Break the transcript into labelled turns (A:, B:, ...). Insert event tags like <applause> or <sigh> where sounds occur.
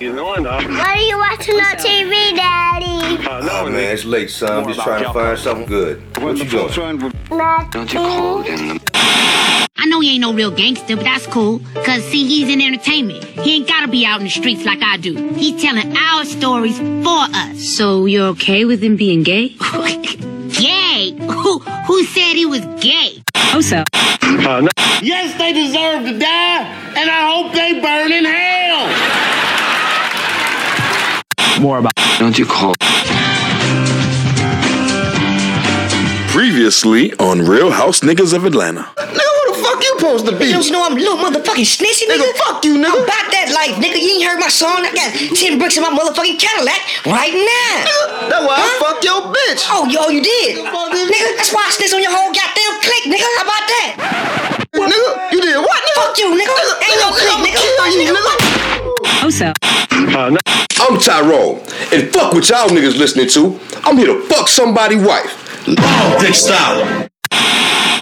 A: You know I'm not.
B: Why are you watching on TV, Daddy?
A: Uh,
C: Oh
A: no,
C: man, it's late, son. I'm just trying to find something good. What you doing?
D: Don't you call them the
E: I know he ain't no real gangster, but that's cool. Cause see, he's in entertainment. He ain't gotta be out in the streets like I do. He's telling our stories for us. So you're okay with him being gay? <laughs> gay? Who who said he was gay?
A: uh, no.
F: Yes, they deserve to die, and I hope they burn in hell.
D: don't you call
G: Previously on Real House Niggas of Atlanta.
H: Nigga, who the fuck you supposed to be?
I: Don't you know I'm a little motherfucking snitchy, nigga?
H: Nigga, fuck you, nigga.
I: I'm about that life, nigga. You ain't heard my song. I got 10 bricks in my motherfucking Cadillac right now.
H: That's why I
I: Huh?
H: fuck your bitch.
I: Oh, yo, you did.
H: Fuck it.
I: Nigga, that's why I snitched on your whole goddamn clique, nigga. How about that?
H: Nigga, you did what, nigga?
I: Fuck you, nigga. Ain't no clique,
H: I'ma
I: nigga.
H: kill you, nigga.
A: Uh, no.
C: I'm Tyrone, and fuck what y'all niggas listening to. I'm here to fuck somebody wife. Long dick style.